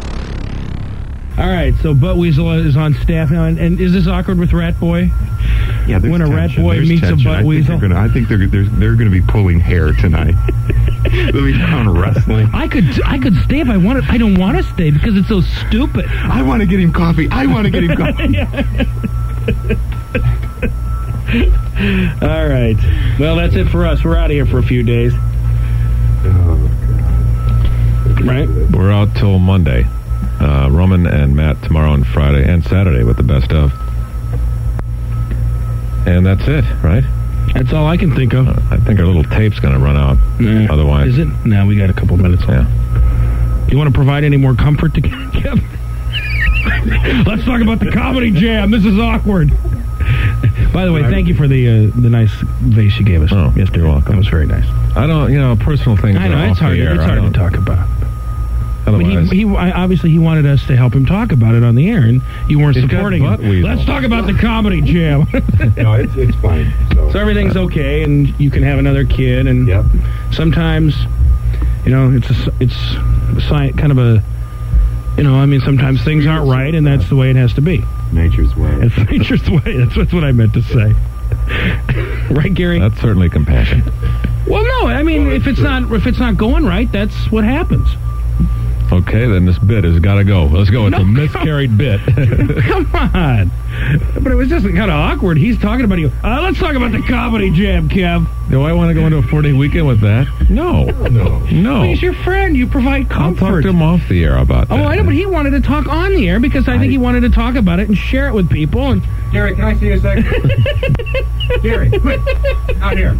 FactorCheck.com. All right, so Butt Weasel is on staff now, and, and is this awkward with Rat Boy? Yeah, there's when a rat tension. boy There's meets tension. a butt I weasel. Think they're gonna, I think they're they're, they're going to be pulling hair tonight. They'll be down wrestling. I could I could stay if I wanted. I don't want to stay because it's so stupid. I want to get him coffee. I want to get him coffee. All right. Well, that's it for us. We're out of here for a few days. Right? We're out till Monday. Uh, Roman and Matt tomorrow and Friday and Saturday with the best of. And that's it, right? That's all I can think of. I think our little tape's going to run out. Nah. Otherwise, Is it? No, we got a couple minutes. Yeah. You want to provide any more comfort to Kevin? Let's talk about the comedy jam. This is awkward. By the way, thank you for the uh, the nice vase you gave us. Oh, yesterday. you're welcome. That was very nice. I don't, you know, personal things. I know are it's off hard. The air. It's I hard to don't- talk about. But Otherwise, he, he I, obviously he wanted us to help him talk about it on the air, and you weren't He's got supporting butt him. weasel. Let's talk about the comedy jam. no, it's it's fine. so everything's okay, and you can have another kid, and Yep. sometimes, you know, it's a s it's a sci- kind of a, you know, I mean, sometimes things aren't right, and that's the way it has to be. Nature's way. It's nature's way. That's, that's what I meant to say. right, Gary? that's certainly compassion. well, no, I mean, if it's not if it's not going right, that's what happens. Okay, then this bit has got to go. Let's go. It's No. a miscarried bit. Come on. But it was just kind of awkward. He's talking about you. Uh, let's talk about the comedy jam, Kev. Do I want to go into a four-day weekend with that? No, No. no. He's your friend. You provide I'll talk comfort. to him off the air about Oh, that. I know, but he wanted to talk on the air because I think he wanted to talk about it and share it with people. And Gary, can I see you a second? Gary, quick, out here.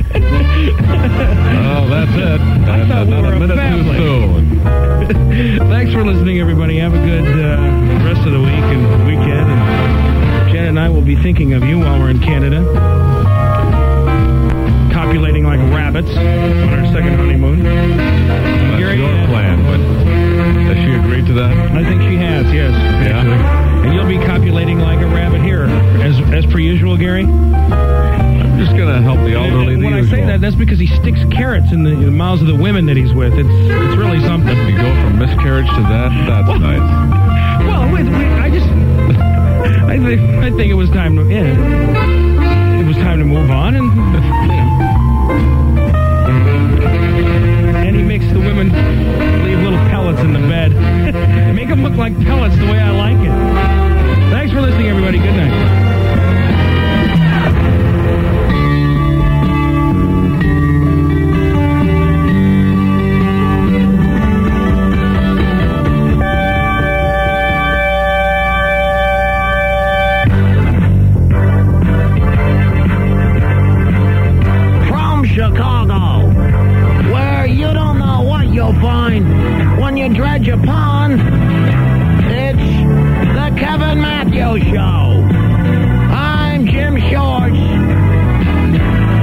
Oh, that's it. That's thought we not were a a minute family. too soon. thanks for listening, everybody. Have a good uh, rest of the week and weekend. And Jen and I will be thinking of you while we're in Canada, copulating like rabbits on our second honeymoon. That's Gary, your uh, plan, but has she agreed to that? I think she has, yes. Yeah? actually. And you'll be copulating like a rabbit here, as as per usual, Gary. I'm just gonna help the elderly. And the when I say usual. that, that's because he sticks carrots in the, in the mouths of the women that he's with. It's it's really something. you go from miscarriage to that. That's nice. Well, wait, wait, I just I think I think it was time to yeah, it was time to move on and. And he makes the women leave little pellets in the bed. Make them look like pellets the way I like it. Thanks for listening, everybody. Good night. from Chicago, where you don't know what you'll find when you dredge a pond. It's the Kevin Matthews Oh. Show. I'm Jim Shorts,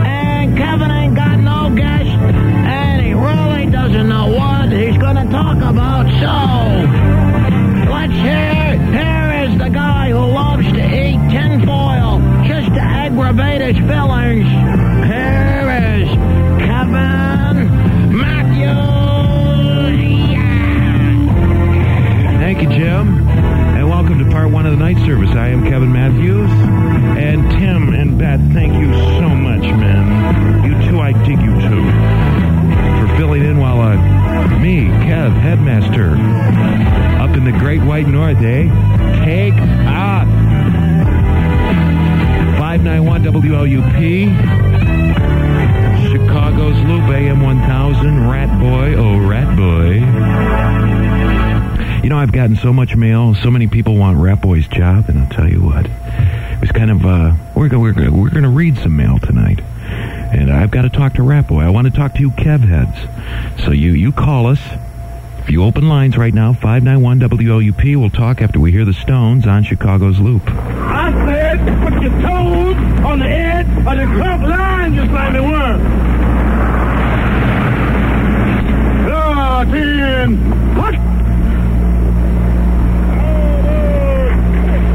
and Kevin ain't got no guest, and he really doesn't know what he's gonna talk about. So let's hear. Here is the guy who loves to eat tinfoil just to aggravate his feelings. Here is Kevin Matthews. Yeah. Thank you, Jim. And welcome to part one of the night service. I am Kevin Matthews. And Tim and Beth, thank you so much, man. You two, I dig you two. For filling in while uh, me, Kev, headmaster, up in the great white north, eh? Take off. 591 WLUP. Chicago's Loop AM 1000. Rat Boy, oh, Rat Boy. You know, I've gotten so much mail. So many people want Rat Boy's job, and I'll tell you what. It was kind of, uh, we're going we're gonna, we're gonna read some mail tonight. And I've got to talk to Rat Boy. I want to talk to you Kev heads. So you, you call us. If you open lines right now, 591-WLUP. We'll talk after we hear the Stones on Chicago's Loop. I said, put your toes on the edge of the club line just like they were. Ah, ten. What?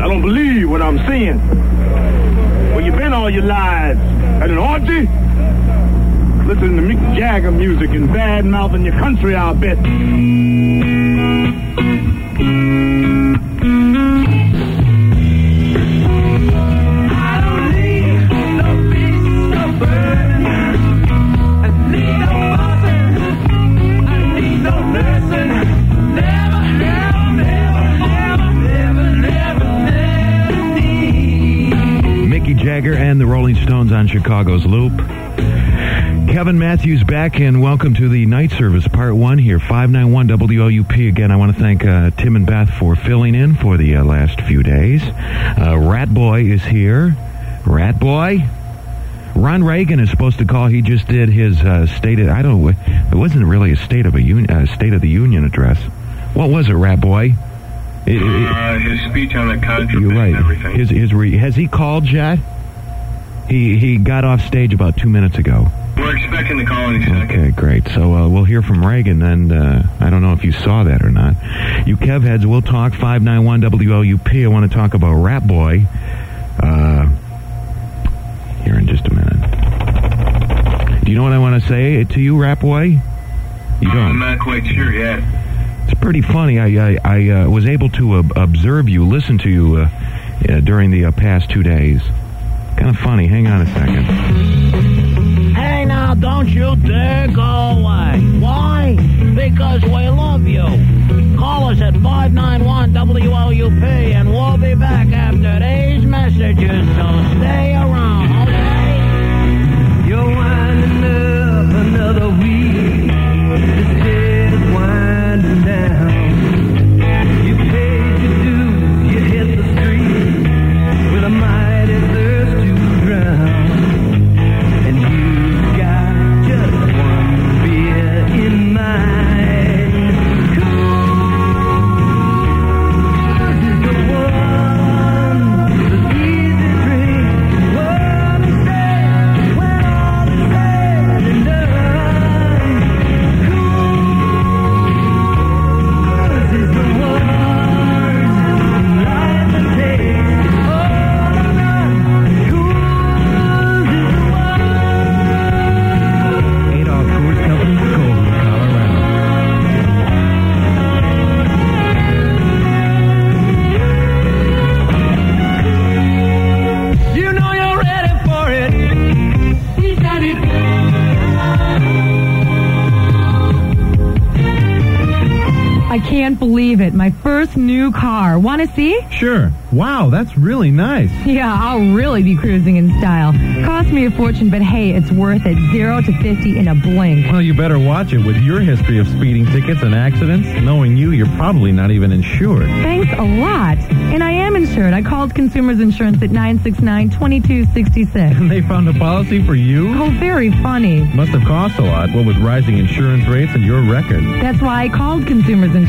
I don't believe what I'm seeing. Where you been all your lives? At an orgy? listening to Mick Jagger music and bad mouthing your country, I'll bet. Mickey Jagger and the Rolling Stones on Chicago's Loop. Kevin Matthews back, and welcome to the night service, part one here, 591 WLUP. Again, I want to thank uh, Tim and Beth for filling in for the uh, last few days. Uh, Rat Boy is here. Rat Boy? Ron Reagan is supposed to call. He just did his uh, state of, I don't, it wasn't really a state of a un, uh, state of the union address. What was it, Rat Boy? It- it- it- Uh, his speech on the contraband you're right. and everything. His, his re- has he called yet? He he got off stage about two minutes ago. We're expecting the call any second. Okay, great. So uh, we'll hear from Reagan, and uh, I don't know if you saw that or not. You Kev heads, we'll talk 591 WLUP. I want to talk about Rat Boy uh, here in just a minute. Do you know what I want to say to you, Rat Boy? You don't. I'm not quite sure yet. It's pretty funny. I I, I uh, was able to ob- observe you, listen to you uh, uh, during the uh, past two days. Kind of funny. Hang on a second. Hey now, don't you dare go away. Why? Because we love you. Call us at 591 WLUP and we'll be back after these messages, so stay around, okay? You're winding up another week. This is winding down. You paid your dues, you hit the street with a mighty thirst to drown. And you've got just one beer in mind. Coors is the one, the easy drink, one is said when all is said and done. Coors is the one, life that takes all or none. Coors is the one. Adolph Coors Company, Cold, Colorado. You know you're ready for it. He's got it. I can't believe it. My first new car. Want to see? Sure. Wow, that's really nice. Yeah, I'll really be cruising in style. Cost me a fortune, but hey, it's worth it. Zero to 50 in a blink. Well, you better watch it with your history of speeding tickets and accidents. Knowing you, you're probably not even insured. Thanks a lot. And I am insured. I called Consumers Insurance at 969 2266. And they found a policy for you? Oh, very funny. Must have cost a lot, what with rising insurance rates and your record. That's why I called Consumers Insurance.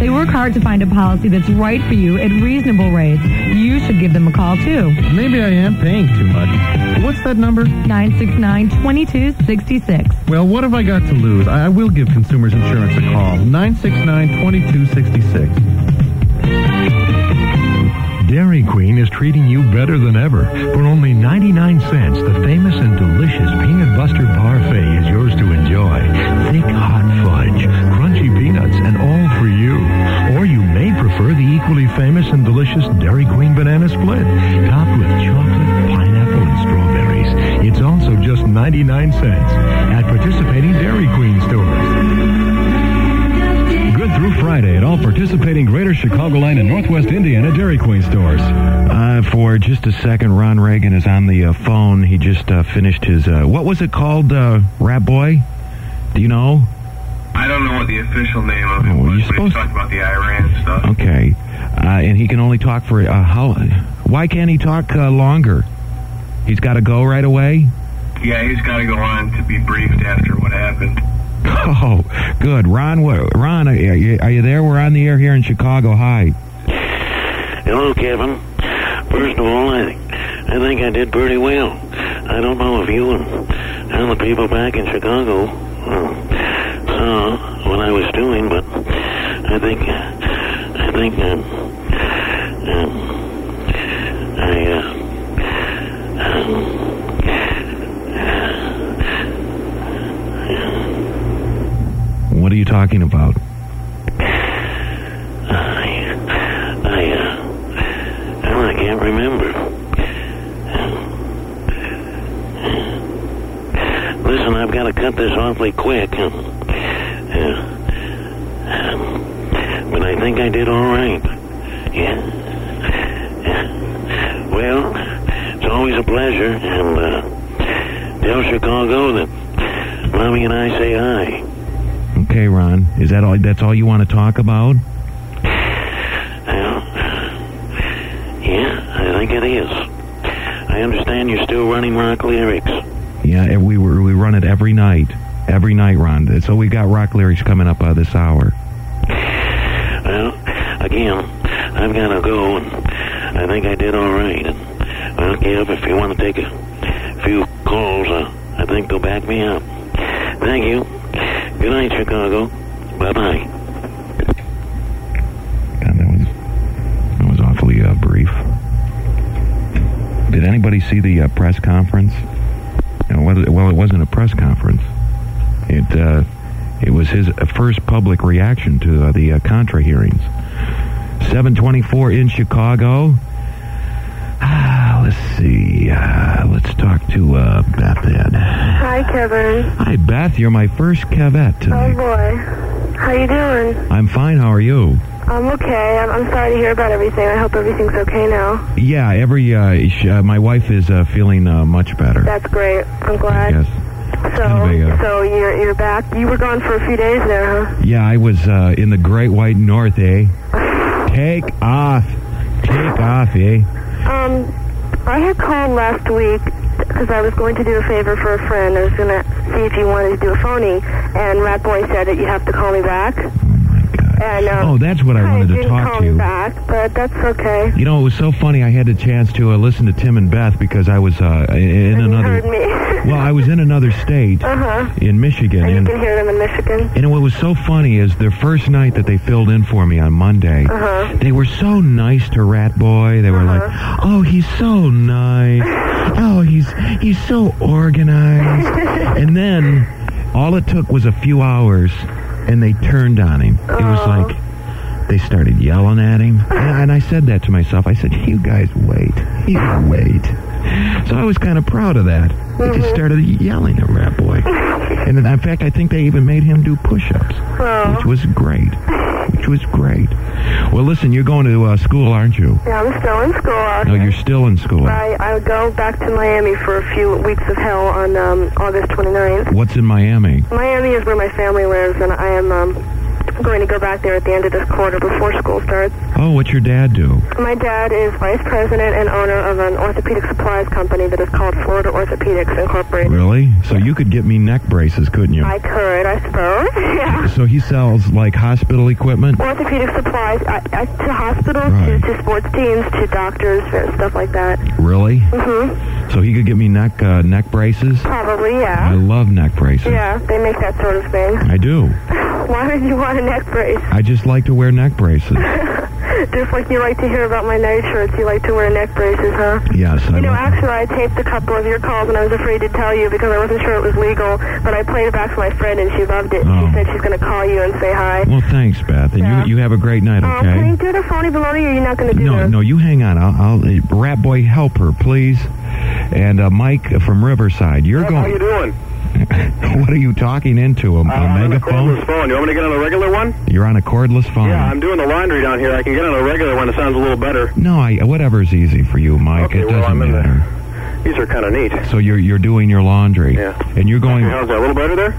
They work hard to find a policy that's right for you at reasonable rates. You should give them a call too. Maybe I am paying too much. What's that number? 969 2266. Well, what have I got to lose? I I will give Consumers Insurance a call. 969 2266. Dairy Queen is treating you better than ever. For only 99 cents, the famous and delicious peanut buster parfait is yours to enjoy. Thick hot fudge, crunchy peanuts, and all for you. Or you may prefer the equally famous and delicious Dairy Queen banana split, topped with chocolate, pineapple, and strawberries. It's also just 99 cents at participating Dairy Queen stores. Good through Friday at all participating Greater Chicagoland and Northwest Indiana Dairy Queen stores. Uh, for just a second, Ron Reagan is on the uh, phone. He just uh, finished his, uh, what was it called, uh, Rat Boy? Do you know? I don't know what the official name of it Oh, was, you're but supposed- he talked about the Iran stuff. Okay. Uh, and he can only talk for, uh, how, why can't he talk uh, longer? He's got to go right away? Yeah, he's got to go on to be briefed after what happened. Oh, good. Ron, what, Ron, are you, are you there? We're on the air here in Chicago. Hi. Hello, Kevin. First of all, I, I think I did pretty well. I don't know if you and all the people back in Chicago uh, saw what I was doing, but I think I think um, um, I uh, um, you talking about? I, uh, well, I can't remember. Listen, I've got to cut this awfully quick. Uh, but I think I did all right. Yeah. Well, it's always a pleasure, and uh, tell Chicago that Mommy and I say hi. Okay, Ron. Is that all? That's all you want to talk about? Yeah, I think it is. I understand you're still running rock lyrics. Yeah, and we were, we run it every night, every night, Ron. So we got rock lyrics coming up uh, this hour. Well, again, I've got to go, and I think I did all right. And, well, Kev, if you want to take a few calls, uh, I think they'll back me up. Thank you. Good night, Chicago. Bye-bye. That was awfully uh, brief. Did anybody see the uh, press conference? You know, what- well, it wasn't a press conference. It uh, it was his uh, first public reaction to uh, the uh, Contra hearings. 724 in Chicago. Ah, let's see. Uh, let's talk to uh, Beth then. Hi, Kevin. Hi, Beth. You're my first cavette Oh tonight. boy, how you doing? I'm fine. How are you? I'm okay. I'm, I'm sorry to hear about everything. I hope everything's okay now. Yeah, every uh, sh- uh, my wife is uh, feeling uh, much better. That's great. I'm glad. Yes. uh, So, so you're you're back. You were gone for a few days there, huh? Yeah, I was uh, in the Great White North, eh? Take off, take off, eh? Um, I had called last week because I was going to do a favor for a friend. I was going to see if you wanted to do a phony, and Rat Boy said that you have to call me back. Oh my God. And um, Oh, that's what I wanted to didn't talk call to me you. back, but that's okay. You know, it was so funny. I had the chance to uh, listen to Tim and Beth because I was uh, in in another. Heard me. Well, I was in another state uh huh. in Michigan, And you and can hear them in Michigan. and what was so funny is their first night that they filled in for me on Monday. Uh-huh. They were so nice to Rat Boy. They were like, "Oh, he's so nice. Oh, he's he's so organized." and then all it took was a few hours, and they turned on him. It was like they started yelling at him, and, and I said that to myself. I said, "You guys wait, you wait." So I was kind of proud of that. They just started yelling at Rat Boy, and in fact, I think they even made him do push-ups, Oh. which was great. Which was great. Well, listen, you're going to uh, school, aren't you? Yeah, I'm still in school. Uh, No, you're still in school. I, I go back to Miami for a few weeks of hell on um, August 29th. What's in Miami? Miami is where my family lives, and I am um, going to go back there at the end of this quarter before school starts. Oh, what's your dad do? My dad is vice president and owner of an orthopedic supplies company that is called Florida Orthopedics Incorporated. Really? So you could get me neck braces, couldn't you? I could, I suppose. yeah. So he sells like hospital equipment. Orthopedic supplies I, I, to hospitals, Right. to, to sports teams, to doctors, and stuff like that. Really? Mm-hmm. So he could get me neck uh, neck braces. Probably, I yeah. love neck braces. Yeah, they make that sort of thing. I do. Why would you want a neck brace? I just like to wear neck braces. Just like you like to hear about my night shirts, you like to wear neck braces, huh? Yes, I You know, love- actually, I taped a couple of your calls, and I was afraid to tell you because I wasn't sure it was legal. But I played it back to my friend, and she loved it. Oh. She said she's going to call you and say hi. Well, thanks, Beth, and you you have a great night. Um, can Okay. you do the phony baloney, or are you not going to do no, this? no, you hang on. I'll, I'll uh, Rat Boy, help her, please. And uh, Mike from Riverside, you're How going. you doing? what are you talking into? A, a I'm on a megaphone? cordless phone. You want me to get on a regular one? You're on a cordless phone. Yeah, I'm doing the laundry down here. I can get on a regular one. It sounds a little better. No, I, whatever's easy for you, Mike. it doesn't matter. These are kind of neat. So you're you're doing your laundry, yeah. and you're going. How's that? A little better there?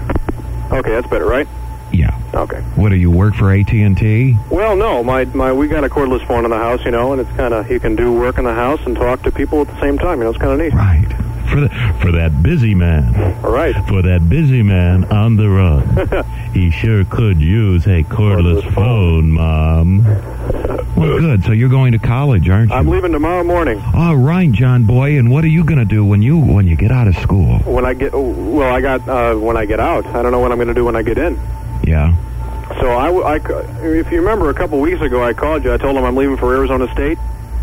Okay, that's better, right? Yeah. Okay. What do you work for AT and T? Well, no, my my we got a cordless phone in the house, you know, and it's kind of you can do work in the house and talk to people at the same time. You know, it's kind of neat. Right. For the for that busy man. All right. For that busy man on the run, he sure could use a cordless phone, Mom. Well, good. So you're going to college, aren't you? I'm leaving tomorrow morning. All right, John boy. And what are you going to do when you when you get out of school? When I get well, I got uh, when I get out. I don't know what I'm going to do when I get in. Yeah. So I, w- I c- if you remember, a couple weeks ago, I called you. I told them I'm leaving for Arizona State.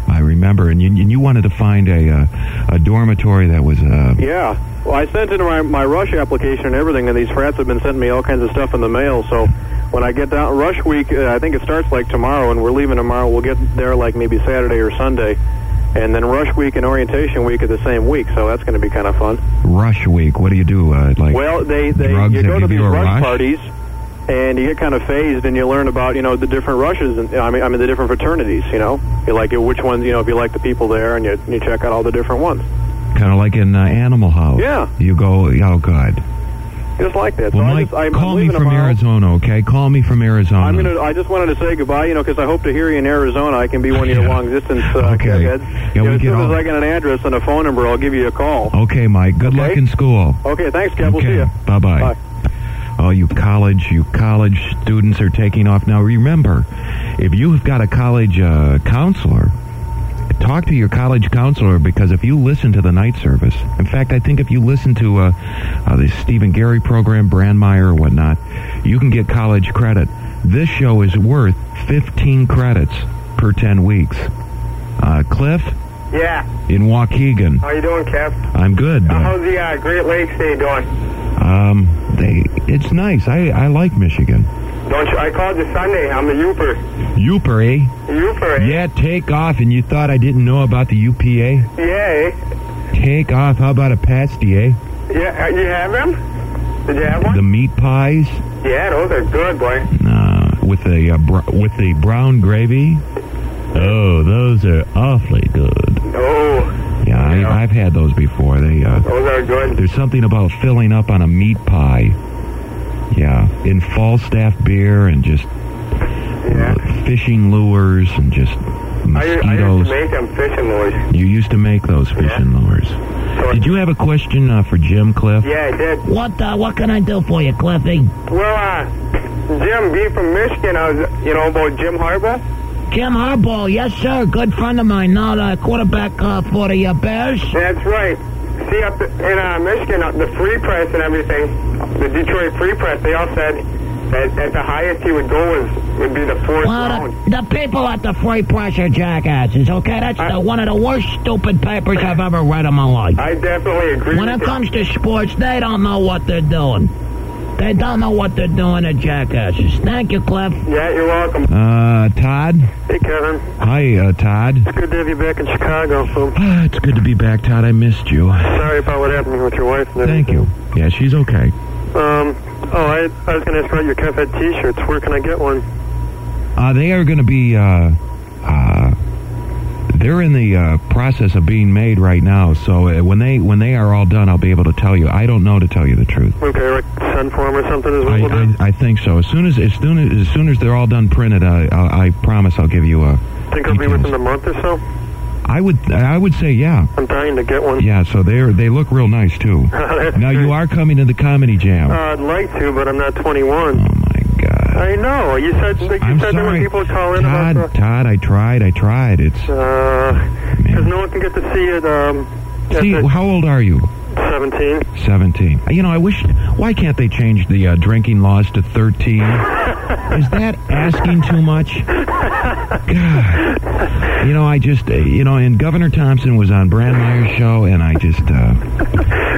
I remember, and you, and you wanted to find a uh, a dormitory that was uh, Yeah. Well, I sent in my, my rush application and everything, and these frats have been sending me all kinds of stuff in the mail. So When I get down, rush week, uh, I think it starts like tomorrow, and we're leaving tomorrow. We'll get there like maybe Saturday or Sunday. And then rush week and orientation week are the same week, so that's going to be kind of fun. Rush week. What do you do? Uh, like well, they, they drugs you that go to give these you a rush, rush? parties, and you get kind of phased, and you learn about you know the different rushes, and I mean I mean the different fraternities. You know, you like which ones you know if you like the people there, and you you check out all the different ones. kind of like in uh, Animal House. Yeah. You go. Oh God. Just like that. Well, so I Mike, just, I'm, call I'm me leaving from tomorrow. Arizona, okay? Call me from Arizona. I'm gonna. I just wanted to say goodbye, you know, because I hope to hear you in Arizona. I can be one of your long distance uh, Okay. heads. Yeah, you know, we as get soon all- as I get an address and a phone number, I'll give you a call. Okay, Mike. Good luck in school. Okay, thanks, Kev. We'll see ya. Bye bye. Oh, you college, you college students are taking off now. Remember, if you've got a college uh, counselor, talk to your college counselor because if you listen to the night service, in fact, I think if you listen to uh, uh, the Stephen Gary program, Brandmeier, or whatnot, you can get college credit. This show is worth 15 credits per 10 weeks. Uh, Cliff Yeah. in Waukegan. How you doing, Kev? I'm good. Uh, uh, how's the uh, Great Lakes Day doing? Um, they, it's nice. I, I like Michigan. Don't you? I called you Sunday. I'm a Uper. Uper, eh? Uper. Yeah, take off, and you thought I didn't know about the UPA? Yeah. eh? Take off. How about a pasty, eh? Yeah. uh, You have them? Did you have one? The meat pies Yeah, those are good, boy. uh, with the uh, br- with the brown gravy. Oh, those are awfully good. Oh. Yeah, I, I've had those before. They uh, Those are good. There's something about filling up on a meat pie. Yeah, in Falstaff beer and just uh, fishing lures and just I, u- I used mosquitoes. to make them fishing lures. You used to make those fishing lures. Did you have a question uh, for Jim Cliff? Yeah, I did. What uh, what can I do for you, Cliffy? Well, uh, Jim, being from Michigan, I was, you know, about Jim Harbaugh. Jim Harbaugh, yes sir, good friend of mine. Now the quarterback uh, for the uh, Bears. That's right. See, up in uh, Michigan, uh, the free press and everything, the Detroit free press, they all said that, that the highest he would go was would be the fourth Well, round. the, the people at the Free Press are jackasses, okay? That's Uh, the, one of the worst stupid papers I've ever read in my life. I definitely agree. When it comes to sports, they don't know what they're doing. They don't know what they're doing, they're jackasses. Thank you, Cliff. Yeah, you're welcome. Uh, Todd. Hey, Kevin. Hi, uh, Todd. Good to have you back in Chicago, folks. Ah, it's good to be back, Todd. I missed you. Sorry about what happened with your wife. And everything. Thank you. Yeah, she's okay. Um, oh, I, I was going to ask about your Kevhead t-shirts. Where can I get one? Uh, they are going to be. Uh, uh, they're in the uh, process of being made right now. So uh, when they when they are all done, I'll be able to tell you. I don't know to tell you the truth. Okay, like send form or something as I, well. I, I think so. As soon as as soon as, as soon as they're all done printed, I, I, I promise I'll give you a. Think it'll be within a month or so. I would I would say yeah. I'm dying to get one. Yeah, so they are they look real nice too. That's now you are coming to the comedy jam. Uh, I'd like to, but I'm not 21. Oh my god! I know. You said you I'm said there were sorry. people call in about Todd, the Todd, I tried, I tried. It's Uh, because no one can get to see it. Um, at see, the how old are you? 17. Seventeen. Uh, You know, I wish. Why can't they change the uh, drinking laws to thirteen? Is that asking too much? God. You know, I just, uh, you know, and Governor Thompson was on Brandmeier's show, and I just, uh,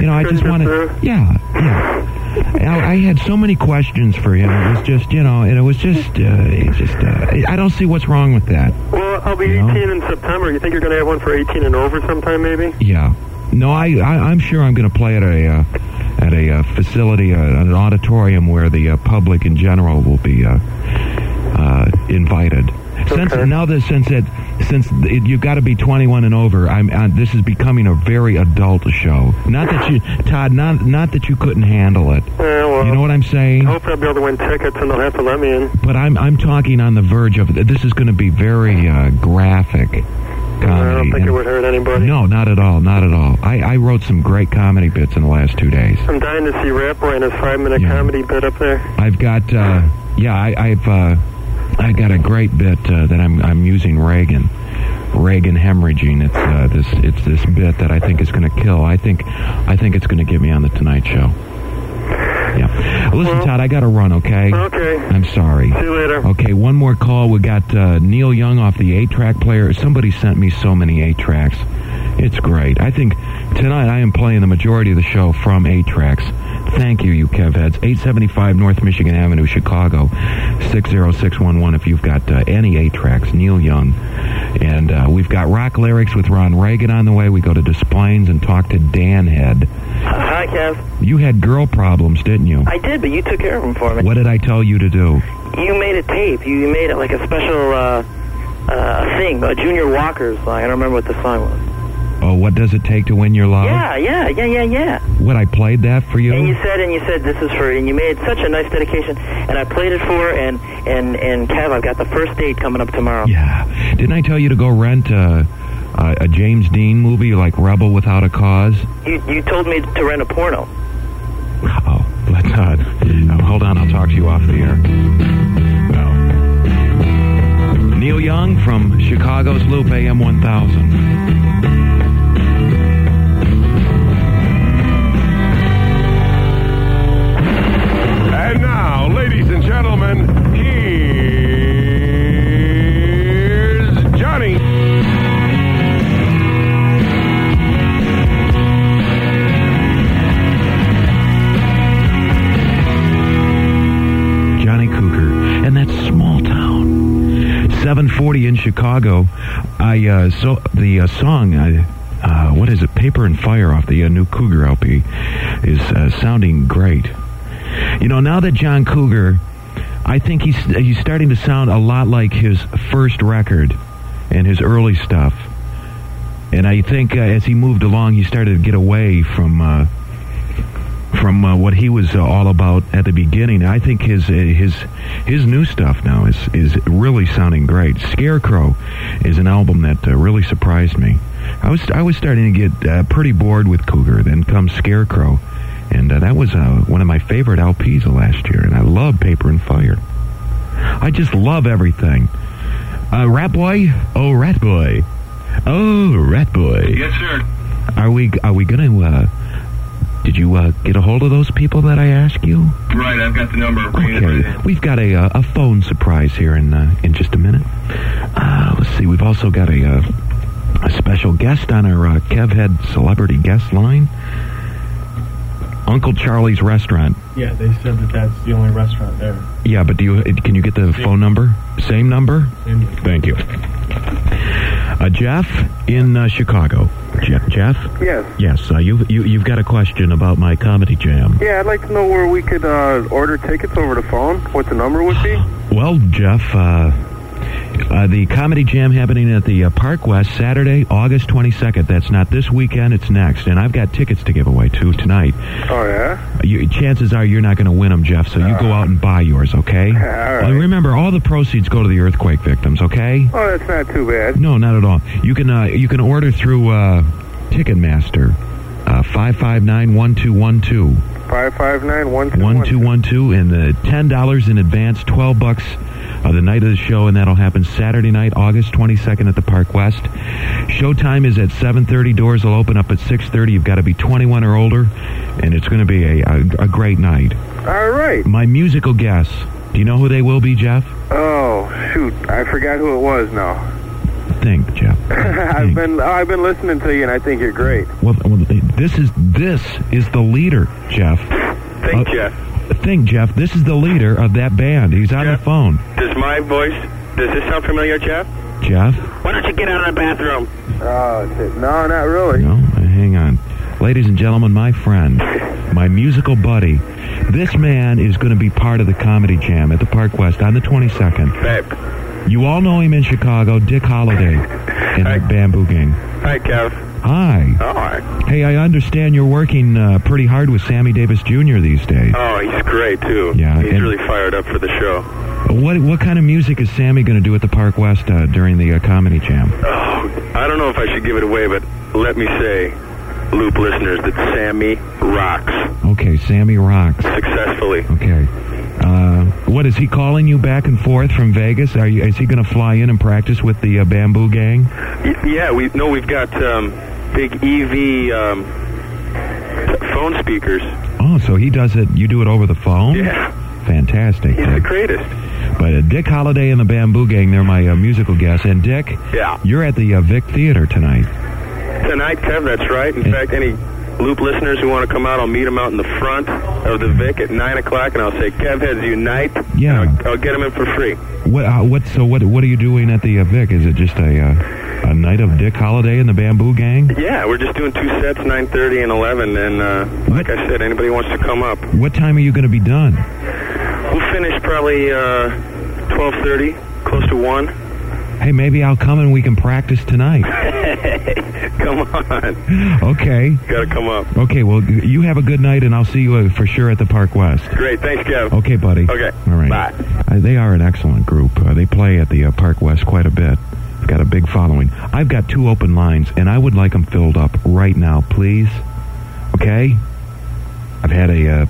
you know, I just wanted, yeah, yeah. And I, I had so many questions for him. It was just, you know, and it was just, uh, it just, uh, I don't see what's wrong with that. Well, I'll be 18 in September. You think you're going to have one for 18 and over sometime, maybe? Yeah. No, I, I I'm sure I'm going to play at a uh, at a uh, facility, uh, an auditorium where the uh, public in general will be uh, uh, invited. Since now this since it since it, you've got to be 21 and over, I'm uh, this is becoming a very adult show. Not that you, Todd, not not that you couldn't handle it. Yeah, well, You know what I'm saying? hopefully I'll be able to win tickets and they'll have to let me in. But I'm I'm talking on the verge of this is going to be very uh, graphic comedy. I don't think it would hurt anybody. No, not at all, not at all. I, I wrote some great comedy bits in the last two days. I'm dying to see Rap Boy and his five-minute comedy bit up there. I've got, uh, yeah, I, I've uh, I got a great bit uh, that I'm I'm using Reagan, Reagan hemorrhaging. It's uh, this it's this bit that I think is going to kill. I think I think it's going to get me on the Tonight Show. Yeah. Listen, Todd, I got to run. Okay. Okay. I'm sorry. See you later. Okay, one more call. We got uh, Neil Young off the eight track player. Somebody sent me so many eight tracks. It's great. I think tonight I am playing the majority of the show from eight tracks. Thank you, you Kev heads. 875 North Michigan Avenue, Chicago, 60611 if you've got uh, any eight tracks, Neil Young. And uh, we've got rock lyrics with Ron Reagan on the way. We go to Des Plaines and talk to Dan Head. Hi, Kev. You had girl problems, didn't you? I did, but you took care of them for me. What did I tell you to do? You made a tape. You made it like a special uh, uh, thing, a Junior Walker's song. I don't remember what the song was. Oh, what does it take to win your love? Yeah, yeah, yeah, yeah, yeah. What, I played that for you? And you said, and you said, this is for, and you made such a nice dedication, and I played it for, her, and and and Kev, I've got the first date coming up tomorrow. Yeah. Didn't I tell you to go rent a, a, a James Dean movie like Rebel Without a Cause? You you told me to rent a porno. Oh, let's not. Uh, hold on, I'll talk to you off the air. No. Neil Young from Chicago's Loop AM 1000. And now, ladies and gentlemen, here's Johnny. Johnny Cougar, and that small town. 740 in Chicago. I uh, so the uh, song. I, uh, what is it? Paper and Fire off the uh, new Cougar LP is uh, sounding great. You know, now that John Cougar, I think he's he's starting to sound a lot like his first record and his early stuff. And I think uh, as he moved along, he started to get away from uh, from uh, what he was uh, all about at the beginning. I think his uh, his his new stuff now is is really sounding great. Scarecrow is an album that uh, really surprised me. I was I was starting to get uh, pretty bored with Cougar. Then comes Scarecrow, and uh, that was uh, one of my favorite LPs of last year. And I love Paper and Fire. I just love everything. Uh, Rat Boy, oh Rat Boy, oh Rat Boy. Yes, sir. Are we are we gonna? Uh, did you uh, get a hold of those people that I asked you? Right, I've got the number. Bring it Okay, right in. we've got a uh, a phone surprise here in uh, in just a minute. Uh, let's see, we've also got a uh, a special guest on our uh, Kevhead celebrity guest line. Uncle Charlie's restaurant. Yeah, they said that that's the only restaurant there. Yeah, but do you can you get the phone number? Same number? Same. Thank you. Uh, Jeff in uh, Chicago. Je- Jeff? Yes. Yes, uh, you've, you, you've got a question about my comedy jam. Yeah, I'd like to know where we could uh, order tickets over the phone. What the number would be? Well, Jeff, uh, uh, the comedy jam happening at the uh, Park West Saturday, August 22nd. That's not this weekend, it's next. And I've got tickets to give away, too, tonight. Oh yeah. Uh. You, chances are you're not going to win them, Jeff, so you go out and buy yours, okay? Well, remember, all the proceeds go to the earthquake victims, okay? Oh, that's not too bad. No, not at all. You can uh, you can order through uh, Ticketmaster, uh, five five nine one two one two. Five five nine one two One two one two and the ten dollars in advance, twelve bucks uh, the night of the show, and that'll happen Saturday night, August twenty second at the Park West. Showtime is at seven thirty. Doors will open up at six thirty. You've got to be twenty one or older, and it's going to be a, a a great night. All right. My musical guests. Do you know who they will be, Jeff? Oh shoot, I forgot who it was now. Think, Jeff. I've been oh, I've been listening to you, and I think you're great. Well, well, this is this is the leader, Jeff. Think, Jeff. Think, Jeff. This is the leader of that band. He's on the phone. Does my voice, does this sound familiar, Jeff? Jeff, Why don't you get out of the bathroom? Oh shit, no, not really. No. uh, hang on. Ladies and gentlemen, my friend, my musical buddy, this man is going to be part of the comedy jam at the Park West on the 22nd. You all know him in Chicago, Dick Holliday, in the Bamboo Gang. Hi, Kev. Hi. Oh. Oh, Hey, I understand you're working uh, pretty hard with Sammy Davis Jr. these days. Oh, he's great, too. Yeah, He's and- really fired up for the show. What what kind of music is Sammy going to do at the Park West uh, during the uh, comedy jam? Oh, I don't know if I should give it away, but let me say, loop listeners, that Sammy rocks Okay, Sammy rocks. successfully. Okay. Uh, what is he calling you back and forth from Vegas? Are you, is he going to fly in and practice with the uh, Bamboo Gang? Y- yeah, we no, we've got um, big EV um, phone speakers. Oh, so he does it. You do it over the phone. Yeah. Fantastic. He's the greatest. But uh, Dick Holliday and the Bamboo Gang, they're my uh, musical guests. And Dick, Yeah. you're at the uh, Vic Theater tonight. Tonight, Kev, that's right. In fact, any Loop listeners who want to come out, I'll meet them out in the front of the Vic at 9 o'clock, and I'll say, Kev Heads Unite. Yeah. I'll, I'll get them in for free. What? Uh, what? So what? What are you doing at the uh, Vic? Is it just a uh, a night of Dick Holiday and the Bamboo Gang? Yeah, we're just doing two sets, 9.30 and 11, and uh, like I said, anybody wants to come up. What time are you going to be done? We'll finish probably uh, 12.30, close to 1. Hey, maybe I'll come and we can practice tonight. come on. Okay. Gotta come up. Okay. Well, you have a good night, and I'll see you uh, for sure at the Park West. Great, thanks, Kev. Okay, buddy. Okay. All right. Bye. Uh, they are an excellent group. Uh, they play at the uh, Park West quite a bit. They've got a big following. I've got two open lines, and I would like them filled up right now, please. Okay. I've had a uh,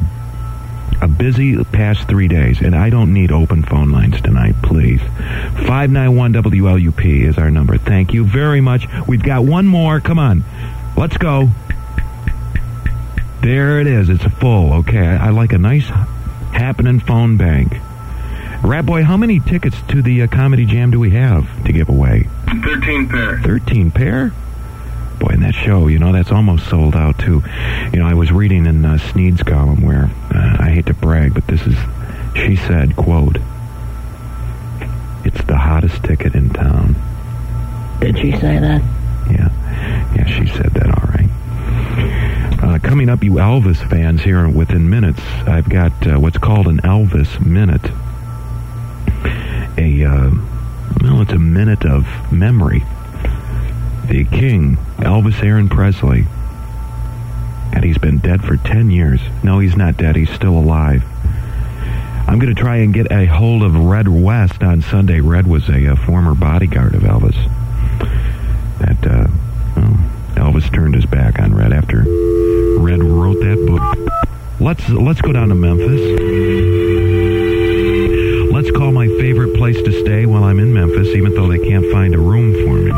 a busy past three days, and I don't need open phone lines tonight, please. 591 WLUP is our number. Thank you very much. We've got one more. Come on. Let's go. There it is. It's full. Okay. I, I like a nice happening phone bank. Rat Boy, how many tickets to the uh, Comedy Jam do we have to give away? 13 pair. 13 pair? Boy, and that show, you know, that's almost sold out, too. You know, I was reading in uh, Sneed's column where, uh, I hate to brag, but this is, she said, quote, it's the hottest ticket in town. Did she say that? Yeah, she said that, all right. Uh, coming up, you Elvis fans, here within minutes, I've got uh, what's called an Elvis Minute. A, uh, well, it's a minute of memory. The king, Elvis Aaron Presley. And he's been dead for 10 years. No, he's not dead. He's still alive. I'm going to try and get a hold of Red West on Sunday. Red was a, uh former bodyguard of Elvis. That uh, well, Elvis turned his back on Red after Red wrote that book. Let's let's go down to Memphis. Let's call my favorite place to stay while I'm in Memphis, even though they can't find a room for me.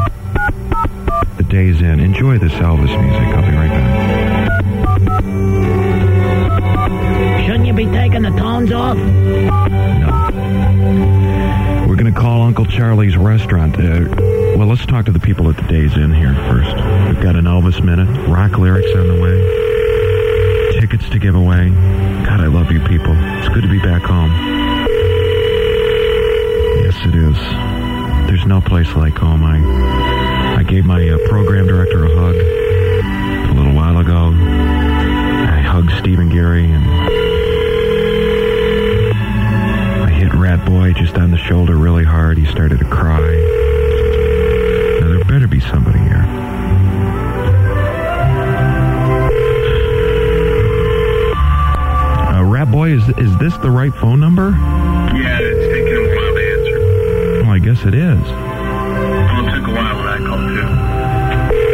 The day's in. Enjoy this Elvis music. I'll be right back. Shouldn't you be taking the tones off? We're going to call Uncle Charlie's restaurant. Uh, well, let's talk to the people at the Days Inn here first. We've got an Elvis minute, rock lyrics on the way, tickets to give away. God, I love you people. It's good to be back home. Yes, it is. There's no place like home. I, I gave my uh, program director a hug a little while ago. I hugged Stephen Gary and I hit Rat Boy just on the shoulder really hard. He started to cry. Now, there better be somebody here. Uh, Rat Boy, is, is this the right phone number? Yeah, it's taking a while to answer. Well, I guess it is. Well, it took a while when I called too.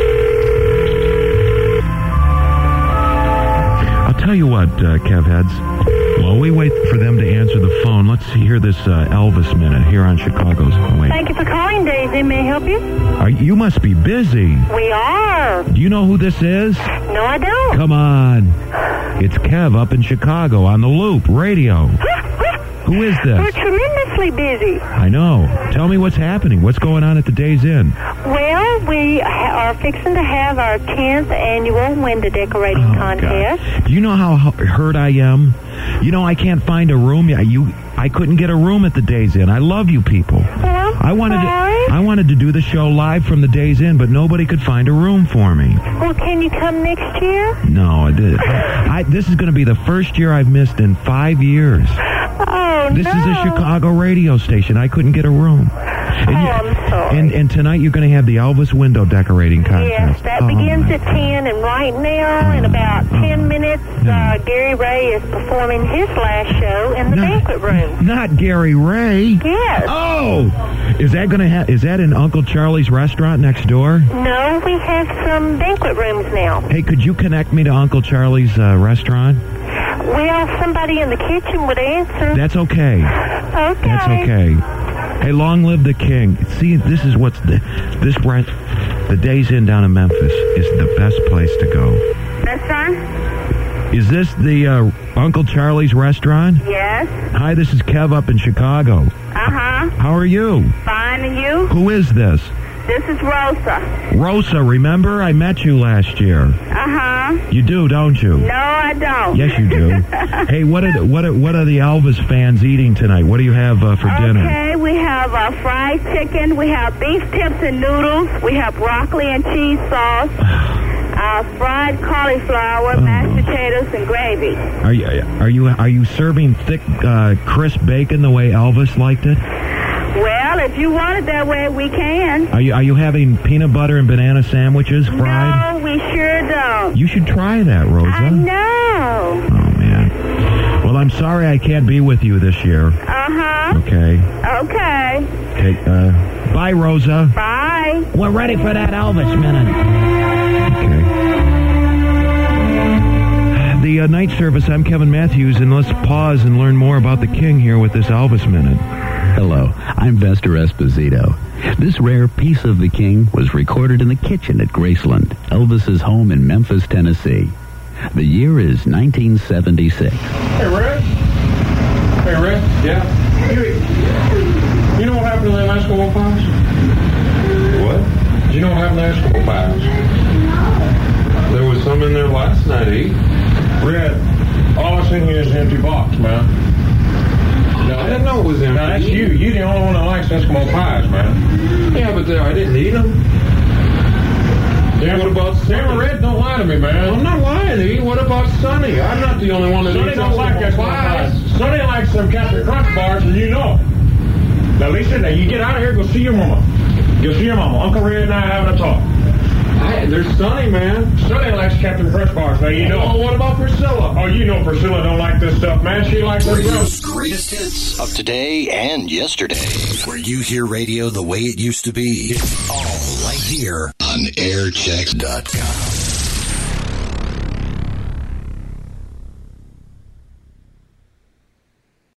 I'll tell you what, uh, Kev Heads. While we wait for them to answer the phone, let's hear this uh, Elvis minute here on Chicago's. Oh, wait. Thank you for calling, Daisy. May I help you? Are, you must be busy. We are. Do you know who this is? No, I don't. Come on. It's Kev up in Chicago on the Loop Radio. Who is We're this? tremendously busy. I know. Tell me what's happening. What's going on at the Days Inn? Well, we ha- are fixing to have our 10th annual window decorating Oh, contest. Do you know how hu- hurt I am? You know I can't find a room. Yeah, You, I couldn't get a room at the Days Inn. I love you people. I wanted to, I wanted to do the show live from the Days Inn, but nobody could find a room for me. Well, can you come next year? No, I did. I, this is going to be the first year I've missed in five years. Oh, This is a Chicago radio station. I couldn't get a room. And, you- and, and tonight you're going to have the Elvis window decorating Yes, contest. that Oh, begins at 10, and right now, in about 10 minutes, Oh, uh, Gary Ray is performing his last show in the banquet room. Not Gary Ray. Yes. Oh, is that going to ha- is that in Uncle Charlie's restaurant next door? No, we have some banquet rooms now. Hey, could you connect me to Uncle Charlie's uh, restaurant? Well, somebody in the kitchen would answer. That's okay. Okay. That's okay. Hey, long live the king. See, this is what's the, this rent. The Days Inn down in Memphis is the best place to go. Restaurant? Is this the uh, Uncle Charlie's restaurant? Yes. Hi, this is Kev up in Chicago. Uh huh. How are you? Fine, and you? Who is this? This is Rosa. Rosa, remember I met you last year. Uh huh. You do, don't you? No, I don't. Yes, you do. hey, what did what are, what are the Elvis fans eating tonight? What do you have uh, for Oh, dinner? Okay, we have uh, fried chicken, we have beef tips and noodles, we have broccoli and cheese sauce, uh, fried cauliflower, mashed potatoes, and gravy. Are you are you are you serving thick, uh, crisp bacon the way Elvis liked it? Well, if you want it that way, we can. Are you are you having peanut butter and banana sandwiches fried? No, we sure don't. You should try that, Rosa. Oh, No. Well, I'm sorry I can't be with you this year. Uh Okay. huh. Okay. Take, uh, bye, Rosa. Bye. We're ready for that Elvis Hmm. minute. The uh, night service. I'm Kevin Matthews, and let's pause and learn more about the King here with this Elvis minute. Hello, I'm Vester Esposito. This rare piece of the king was recorded in the kitchen at Graceland, Elvis's home in Memphis, Tennessee. The year is 1976. Hey, Rick. Hey, Rick. Yeah. You, you know what happened to the Eskimo Pies? What? You don't have Nashville pies. There was some in there last night, eh? Red. All I seen here is an empty box, man. No, I didn't know it was empty. No, that's you. You're the only one that likes Eskimo pies, man. Yeah, but uh, I didn't eat them. Yeah, what about Sunny? Red, don't lie to me, man. I'm not lying to you. What about Sonny? I'm not the only one that Sonny eats don't like Eskimo Eskimo pies. Sonny likes some Captain Crunch bars, and you know it. Now, listen, now you get out of here, go see your mama. Go see your mama. Uncle Red and I are having a talk. Hey, there's Sonny, man. Sonny likes Captain Crunch bars, now you know. Oh, what about Priscilla? Oh, you know Priscilla don't like this stuff, man. She likes her Radio's gross. greatest hits of today and yesterday. Where you hear radio the way it used to be. It's all right here on airchecks.com.